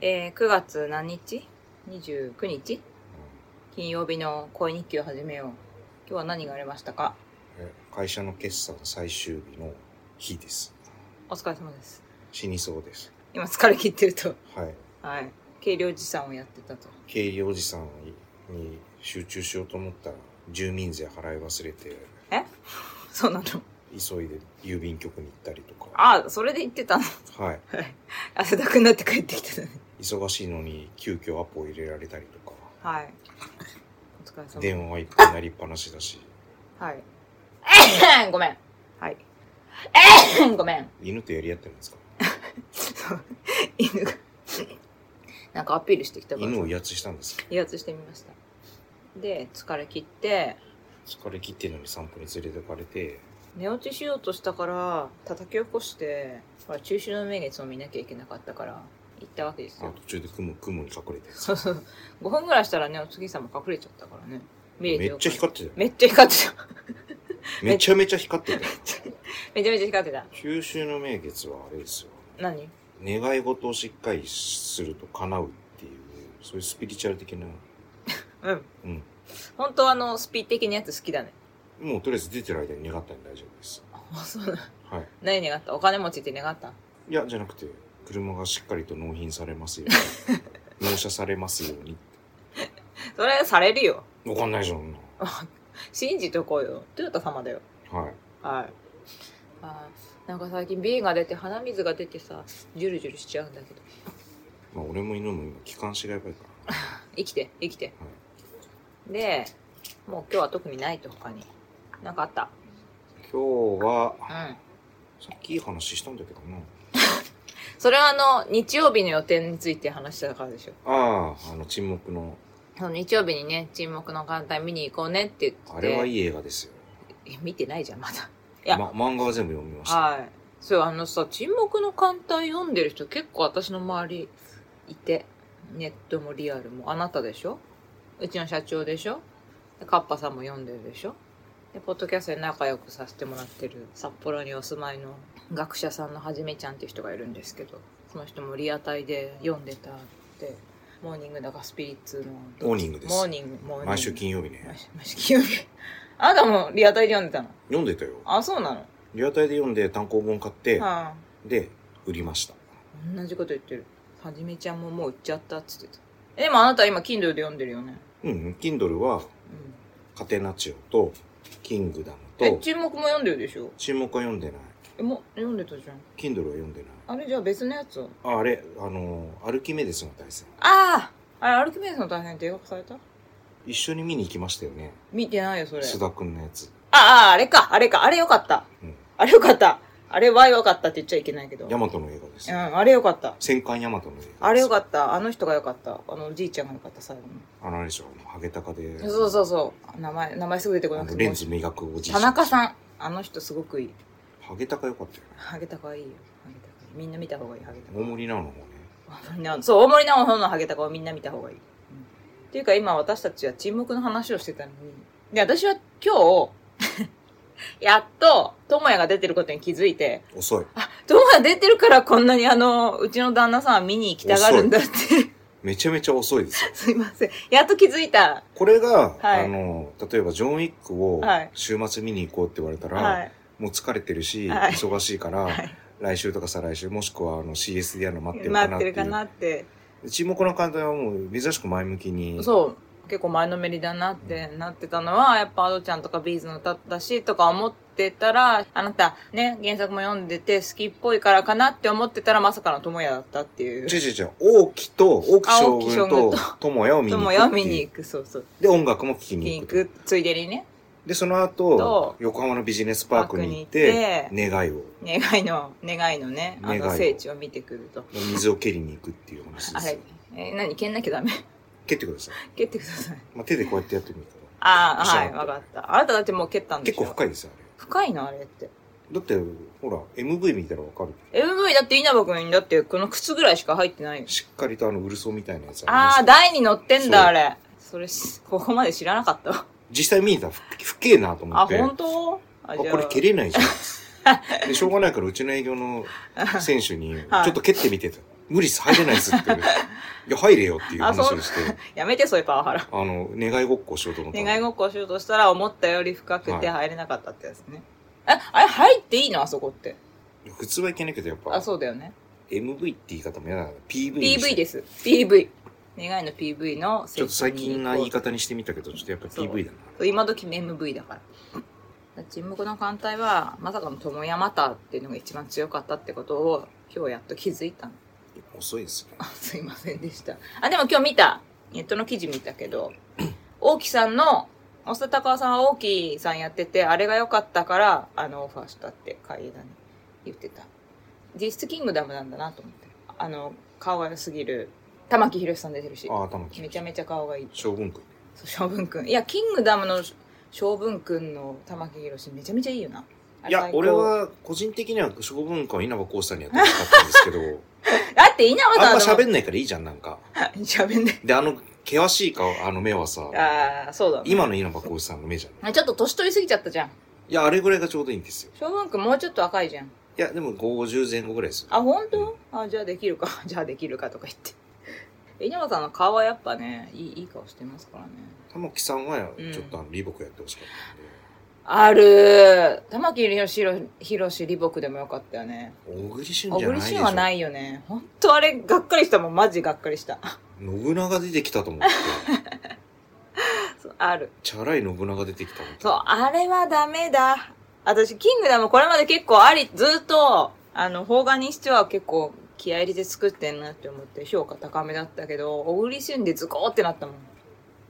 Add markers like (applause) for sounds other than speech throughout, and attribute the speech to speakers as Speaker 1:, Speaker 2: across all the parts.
Speaker 1: えー9月何日 ?29 日金曜日の恋日記を始めよう。今日は何がありましたか
Speaker 2: え会社の決算最終日の日です。
Speaker 1: お疲れ様です。
Speaker 2: 死にそうです。
Speaker 1: 今疲れ切ってると。
Speaker 2: はい。
Speaker 1: はい。軽量持参をやってたと。
Speaker 2: 経理おじさんに集中しようと思ったら、住民税払い忘れて、
Speaker 1: え (laughs) そうなの
Speaker 2: 急いで郵便局に行ったりとか。
Speaker 1: ああ、それで言ってたの。 (laughs)
Speaker 2: はい。
Speaker 1: はい汗だくになって帰ってきてたね。
Speaker 2: 忙しいのに急遽アポを入れられたりとか。
Speaker 1: はい。お疲れ様
Speaker 2: 電話はいっぱいになりっぱなしだし。
Speaker 1: はい。ごめん。はい。ごめん。
Speaker 2: 犬とやり合ってるんですか
Speaker 1: (laughs) 犬が。なんかアピールしてきたから。
Speaker 2: 犬を威圧したんですか
Speaker 1: 威圧してみました。で、疲れ切って、
Speaker 2: 疲れ切ってるのに散歩に連れてかれて、
Speaker 1: 寝落ちしようとしたから、叩き起こして、ほら、中秋の名月を見なきゃいけなかったから、行ったわけです
Speaker 2: あ
Speaker 1: よ。
Speaker 2: 途中で雲、雲に隠れてる。
Speaker 1: そう (laughs) そう。5分ぐらいしたらね、お月様隠れちゃったからね。見れて
Speaker 2: め
Speaker 1: よか
Speaker 2: っ
Speaker 1: った
Speaker 2: ちゃ光ってたよ。
Speaker 1: めっちゃ光ってた。
Speaker 2: めちゃめちゃ光ってたよ。
Speaker 1: めちゃめちゃ光ってた。 (laughs)
Speaker 2: 九州の名月はあれですよ。
Speaker 1: 何
Speaker 2: 願い事をしっかりすると叶うっていう、そういうスピリチュアル的な。
Speaker 1: うん。
Speaker 2: うん。
Speaker 1: 本当はあの、スピー的なやつ好きだね。
Speaker 2: もうとりあえず出てる間に願ったんで大丈夫です。
Speaker 1: あ、そうなの
Speaker 2: はい。
Speaker 1: 何願ったお金持ちって願った
Speaker 2: いや、じゃなくて、車がしっかりと納品されますよ
Speaker 1: (laughs)
Speaker 2: うに。納車されますように。
Speaker 1: それされるよ。
Speaker 2: わかんないじゃん。
Speaker 1: 信じとこうよ。トヨタ様だよ。
Speaker 2: はい。
Speaker 1: はい。あーなんか最近ビーが出て鼻水が出てさ、ジュルジュルしちゃうんだけど。
Speaker 2: まあ、俺も犬も今、気管支がやばいから。
Speaker 1: 生きて、生きて。で、もう今日は特にないと他に。なんかあった。
Speaker 2: 今日は、
Speaker 1: うん。
Speaker 2: さっきいい話したんだけどな。
Speaker 1: それはあの、日曜日の予定について話したからでしょ。
Speaker 2: ああ、あの、沈黙の、
Speaker 1: その日曜日にね、沈黙の艦隊見に行こうねって言って。
Speaker 2: あれはい
Speaker 1: い。
Speaker 2: い映画ですよ。
Speaker 1: 見てないじゃん、まだ。いや
Speaker 2: ま、漫画は全部読みました。
Speaker 1: はい。そう、あのさ、沈黙の艦隊読んでる人結構私の周りいて、ネットもリアルも、あなたでしょうちの社長でしょでカッパさんも読んでるでしょで、ポッドキャストで仲良くさせてもらってる、札幌にお住まいの学者さんのはじめちゃんっていう人がいるんですけど、その人もリアタイで読んでたって、モーニングだかスピリッツの。
Speaker 2: モーニングです
Speaker 1: モーニング、モーニング。
Speaker 2: 毎週金曜日
Speaker 1: 毎
Speaker 2: ね。
Speaker 1: 週毎週金曜日。 (laughs) あなたもリアタイで読んでたの
Speaker 2: 読んでたよ。
Speaker 1: あ、そうなの、
Speaker 2: リアタイで読んで単行本買って、
Speaker 1: はあ
Speaker 2: で、売りました。
Speaker 1: 同じこと言ってるはじめちゃんももう売っちゃったっつってたえでもあなた今 Kindle で読んでるよね
Speaker 2: うん、Kindle は、
Speaker 1: うん
Speaker 2: カテナチオと、キングダム
Speaker 1: え
Speaker 2: と、
Speaker 1: 注目も読んでるでしょ
Speaker 2: 沈黙は読んでない。
Speaker 1: えも読んでたじゃん
Speaker 2: Kindle は読んでない。
Speaker 1: あれじゃあ別のやつを
Speaker 2: ああれ、あのー、アルキメデスの大戦。
Speaker 1: あああれアルキメデスの大変って映画化された
Speaker 2: 一緒に見に行きましたよね。
Speaker 1: 見てないよそれ
Speaker 2: 須田くんのやつ。
Speaker 1: あああれかあれかあれよかった
Speaker 2: うん。
Speaker 1: あれよかったあれはよかったって言っちゃいけないけど
Speaker 2: ヤマトの映画で
Speaker 1: う
Speaker 2: す。
Speaker 1: んあれよかった
Speaker 2: 戦艦ヤマトの映画です。
Speaker 1: あれよか
Speaker 2: っ
Speaker 1: ったあの人がよかったあのおじいちゃんがよかった最後
Speaker 2: た。あの、あれでしょ、あのハゲタカで。
Speaker 1: にそうそうそう名前名前すぐ出てこ
Speaker 2: あ
Speaker 1: なく
Speaker 2: の
Speaker 1: て
Speaker 2: レンズ磨くおじい
Speaker 1: 田中
Speaker 2: ん。
Speaker 1: さんあの人すごくいい
Speaker 2: ハゲタカよかったよね。
Speaker 1: ハゲタカはいいよ。ハゲタカ。みんな見た方がいい、ハゲタカ。
Speaker 2: 大森なのもね。
Speaker 1: 大森なそう、大森なおのハゲタカをみんな見た方がいい。うんっていうか今私たちは沈黙の話をしてたのに。で、私は今日、 (laughs) やっと、ともやが出てることに気づいて、
Speaker 2: 遅い。
Speaker 1: あ、ともや出てるからこんなにあの、うちの旦那さんは見に行きたがるんだって。
Speaker 2: めちゃめちゃ遅いですよ。
Speaker 1: (laughs) すいません。やっと気づいた。
Speaker 2: これが、
Speaker 1: はい
Speaker 2: あの、例えばジョン・ウィックを
Speaker 1: はい
Speaker 2: 週末見に行こうって言われたら、
Speaker 1: はい。
Speaker 2: もう疲れてるし、
Speaker 1: はい
Speaker 2: 忙しいから、
Speaker 1: はい
Speaker 2: 来週とか再来週、もしくはあの CS でやるの待ってるか
Speaker 1: 待
Speaker 2: な
Speaker 1: っ
Speaker 2: ってて
Speaker 1: る
Speaker 2: いう。
Speaker 1: かなって。
Speaker 2: 沈黙の艦隊はもう珍しく前向きに。
Speaker 1: そう結構前のめりだなってなってたのはやっぱアドちゃんとかビーズの歌だしとか思ってたらあなたね原作も読んでて好きっぽいからかなって思ってたらまさかの友也だったっていう
Speaker 2: 違う違う違う。王毅と、王毅将
Speaker 1: あ王毅将軍
Speaker 2: 軍と
Speaker 1: と、
Speaker 2: 友也を見に行く
Speaker 1: 友
Speaker 2: ってい
Speaker 1: 也
Speaker 2: う。
Speaker 1: を見に行くそうそう
Speaker 2: で、音楽も聴き
Speaker 1: 見
Speaker 2: に
Speaker 1: に
Speaker 2: 行
Speaker 1: 行
Speaker 2: くと。
Speaker 1: くついでにね
Speaker 2: で、その
Speaker 1: と
Speaker 2: 後、横浜のビジネスパークに行って
Speaker 1: パー、ク
Speaker 2: 願いを、
Speaker 1: 願いの願いのねあ
Speaker 2: 願い
Speaker 1: の
Speaker 2: を
Speaker 1: 聖地を見てくると
Speaker 2: 水を蹴りに行くっていう話で
Speaker 1: あ
Speaker 2: す
Speaker 1: れ
Speaker 2: よ。
Speaker 1: え何蹴んなきゃダメ (laughs)
Speaker 2: 蹴ってください。
Speaker 1: 蹴ってください
Speaker 2: まあ、手でこうやってやってみるか
Speaker 1: ああ
Speaker 2: そう
Speaker 1: はいわかったあなただってもう蹴ったん
Speaker 2: ら。
Speaker 1: でし
Speaker 2: 結
Speaker 1: ょ
Speaker 2: 構深
Speaker 1: い
Speaker 2: いですよ、あれ。
Speaker 1: 深いのあれって
Speaker 2: だって、ほら、MV 見たらわかる。
Speaker 1: MV だって稲葉君だってこの靴ぐらいしか入ってないよ
Speaker 2: しっかりとあの、ウルソみたいなやつ
Speaker 1: ああ、
Speaker 2: りま
Speaker 1: 台に乗ってん
Speaker 2: そ
Speaker 1: だ、
Speaker 2: う
Speaker 1: あれ。それし、ここまで知らなかったわ。
Speaker 2: す実際見に行ったら、ふふけえなと思
Speaker 1: あ、
Speaker 2: って。
Speaker 1: 本当あ、
Speaker 2: あ
Speaker 1: じゃあ。
Speaker 2: これ
Speaker 1: (laughs)
Speaker 2: 蹴れないじゃん。で、しょうがないから、うちの営業の選手に、ちょっと蹴ってみてと。無理です入れないですって言う
Speaker 1: (laughs)
Speaker 2: いや入れよっていう話をして
Speaker 1: やめて、そういうパワハラ。
Speaker 2: あの願いごっこしようと思ったの
Speaker 1: 願いごっこしようとしたら、思ったより深くて入れなかったってやつね。え、あれ入っていいのあそこって。
Speaker 2: 普通はいけないけどやっぱ
Speaker 1: あ、そうだよね。
Speaker 2: MV って言い方も嫌だから PV にして
Speaker 1: PV です。PV。願いの PV の
Speaker 2: ちょっと最近な言い
Speaker 1: 方
Speaker 2: 方にしてみたけどちょっとやっぱ
Speaker 1: そう
Speaker 2: PV だな
Speaker 1: 今時の MV だから。沈黙の艦隊は、まさかの友山田っていうのが一番強かったってことを、今日やっと気づいたの。
Speaker 2: 遅いですね
Speaker 1: あ (laughs) すいませんでした。あ、でも今日見た。ネットの記事見たけ
Speaker 2: (coughs)
Speaker 1: ど、大木さんの、大田隆夫さんは大木さんやってて、あれが良かったから、あの、オファーしたって、海江田に言ってた。実質キングダムなんだなと思って。あの、顔が良すぎる。玉木宏さん出てるし。
Speaker 2: あ頭き
Speaker 1: めちゃめちゃ顔がいい。
Speaker 2: 将軍君
Speaker 1: そう将軍くん。いや、キングダムの将軍くんの玉木宏めちゃめちゃいいよな。あれ
Speaker 2: いや
Speaker 1: 最高
Speaker 2: 俺。は個人的には将軍君は稲葉浩志さんにやってほしかったんです
Speaker 1: (laughs)
Speaker 2: けど
Speaker 1: だって稲葉さん
Speaker 2: あんま
Speaker 1: の
Speaker 2: 喋んないからいいじゃんなんか
Speaker 1: (laughs) 喋んない。
Speaker 2: であの険しい顔あの目はさ
Speaker 1: ああ、そうだ、ね。
Speaker 2: 今の稲葉浩志さんの目じゃん
Speaker 1: ちょっと年取りすぎちゃったじゃん。
Speaker 2: いやあれぐらいがちょうどいいんですよ
Speaker 1: 将軍くんもうちょっと赤いじゃん。
Speaker 2: いやでも50前後ぐらいですよ
Speaker 1: あ、本当？あ、じゃあできるか。 (laughs) じゃあできるかとか言って。稲葉さんの顔はやっぱね、いいいい顔してますからね。
Speaker 2: 玉木さんは
Speaker 1: うん
Speaker 2: ちょっとあのリボクやってほしかったんで、
Speaker 1: ある玉木宏し李牧でもよかったよね。
Speaker 2: 小栗旬
Speaker 1: 小
Speaker 2: じゃない
Speaker 1: 栗
Speaker 2: でし
Speaker 1: 旬
Speaker 2: ょ
Speaker 1: はないよね。本当あれ、がっかりしたもん。マジがっかりした。
Speaker 2: 信長出てきたと思って
Speaker 1: そうある。
Speaker 2: チャラい信長出てきたと思って
Speaker 1: そう、あれはダメだ。私、キングダムこれまで結構あり、ずっと、あの、邦画にしては結構気合い入れて作ってんなって思って評価高めだったけど、小栗旬でズコーってなったもん。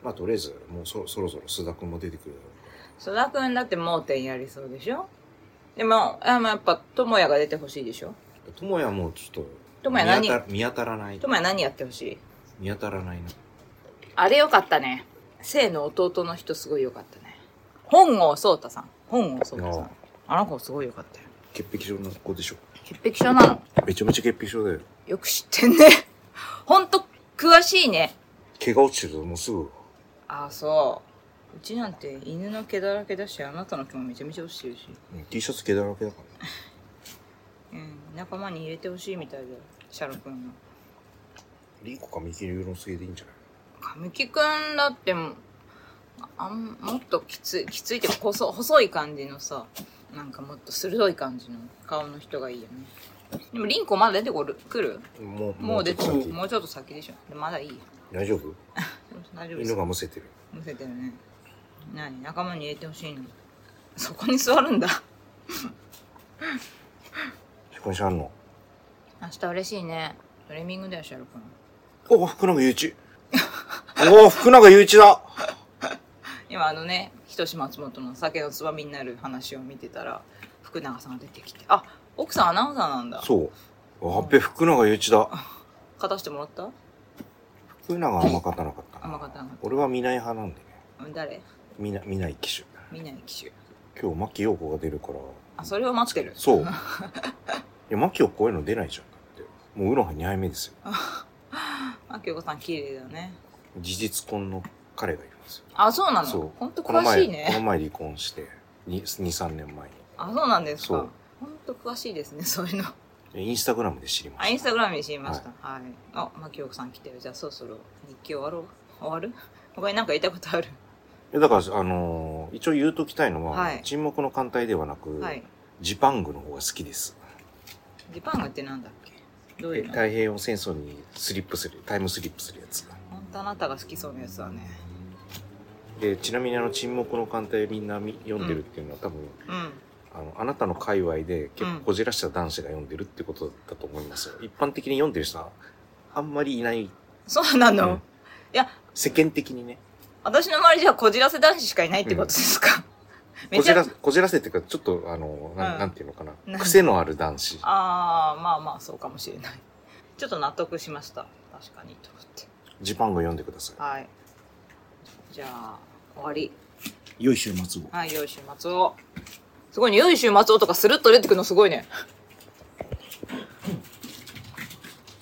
Speaker 2: まあとりあえずもうそそろそろ須田君も出てくるだ
Speaker 1: 須
Speaker 2: ろ
Speaker 1: 田くんだって盲点やりそうでしょでも、あまあやっぱ、智也が出てほしいでしょ
Speaker 2: う智也もちょっと
Speaker 1: 智也何
Speaker 2: 見当た見当たらない
Speaker 1: 智也何やってほしい
Speaker 2: 見当たらないな
Speaker 1: あれよかったね。生の弟の人すごいよかったね。本郷颯太さん。本郷颯太さ
Speaker 2: あ
Speaker 1: ん。あの子すごいよかったよ。
Speaker 2: 潔癖症の子でしょ
Speaker 1: 潔癖症なの
Speaker 2: めちゃめちゃ潔癖症だよ
Speaker 1: よく知ってんね。 (laughs) ほんと、詳しいね。
Speaker 2: 毛が落ちてるともうすぐ
Speaker 1: ああ、そう。うちなんて犬の毛だらけだし、あなたの毛もめちゃめちゃ落ちてるし。
Speaker 2: うん T シャツ毛だらけだから
Speaker 1: うん、仲間に入れてほしいみたいだよ。シャロ君の。
Speaker 2: リーコかミキリュウのせいでいいんじゃない
Speaker 1: 神木くんだってもうあんもっときついきついっていうか細細い感じのさなんかもっと鋭い感じの顔の人がいいよねでもリンコまだ出てこる来る
Speaker 2: もう
Speaker 1: もう出て
Speaker 2: ちょ
Speaker 1: る
Speaker 2: っと先
Speaker 1: もうちょっと先でしょでまだいいよ
Speaker 2: 大丈夫
Speaker 1: 大丈夫です
Speaker 2: 犬がむせてる
Speaker 1: むせてるね何仲間に入れてほしいのそこに座るんだ
Speaker 2: ひこにしあんの
Speaker 1: 明日嬉しいねトリミングだよシャロ君
Speaker 2: お福永祐
Speaker 1: (laughs)
Speaker 2: 一お福永祐一だ
Speaker 1: 今あのね人志松本の酒のつばみになる話を見てたら福永さんが出てきてあ奥さんアナウンサーなんだ
Speaker 2: そうわっべ福永祐一だ
Speaker 1: 勝たしてもらった
Speaker 2: 福永は甘かったなかったな
Speaker 1: 甘かった甘かっ
Speaker 2: 俺は見ない派なんでね
Speaker 1: 誰
Speaker 2: 見な見ない機種
Speaker 1: 見ない機種
Speaker 2: 今日牧陽子が出るから
Speaker 1: あそれを待ってる (laughs)
Speaker 2: そういや牧陽子こういうの出ないじゃんだってもうウロハ2杯目ですよ
Speaker 1: あきょうこさん綺麗だよね
Speaker 2: 事実婚の彼がいるんですよ
Speaker 1: あそうなの
Speaker 2: そう
Speaker 1: 本当
Speaker 2: この
Speaker 1: 詳
Speaker 2: 前
Speaker 1: しい
Speaker 2: この
Speaker 1: ね
Speaker 2: 前離婚して23年前
Speaker 1: あそうなんです
Speaker 2: そ
Speaker 1: か
Speaker 2: う
Speaker 1: 本当詳しいですねそういうの
Speaker 2: にインスタグラムで知りま
Speaker 1: あイン
Speaker 2: し
Speaker 1: スタグラムに知りましたはい、あまきょうこさん来てるじゃあそろそろ日記終わろう終わる他に何か言いたいことある
Speaker 2: ただからあのー一応言うときたいのは、
Speaker 1: はい
Speaker 2: 沈黙の艦隊ではなく、
Speaker 1: はい
Speaker 2: ジパングの方が好きです
Speaker 1: ジパングってなんだっけどういうの
Speaker 2: 太平洋戦争にスリップするタイムスリップするやつ
Speaker 1: 本当あなたが好きそうなやつだね
Speaker 2: でちなみにあの沈黙の艦隊みんなみ読んでるっていうのは、多分
Speaker 1: うん
Speaker 2: あのあなたの界隈で結構こじらした男子が読んでるってことだと思いますよ、一般的に読んでる人はあんまりいない
Speaker 1: そうな (laughs)
Speaker 2: う
Speaker 1: の、
Speaker 2: ん
Speaker 1: いや
Speaker 2: 世間的にね
Speaker 1: 私の周りじゃこじらせ男子しかいないってことですか、め
Speaker 2: こ
Speaker 1: ち
Speaker 2: じ
Speaker 1: ゃ
Speaker 2: らこじらせっていうかちょっとあのな,、
Speaker 1: うん
Speaker 2: ん、なんていうのかな
Speaker 1: なん
Speaker 2: 癖のある男子
Speaker 1: ああまあまあそうかもしれないちょっと納得しました確かにと思って
Speaker 2: ジパング読んでくださ
Speaker 1: はいじゃあ終わり
Speaker 2: い良い週末を
Speaker 1: はい良い週末をすごいね良い週末をとかスルッと出てくるのすごいね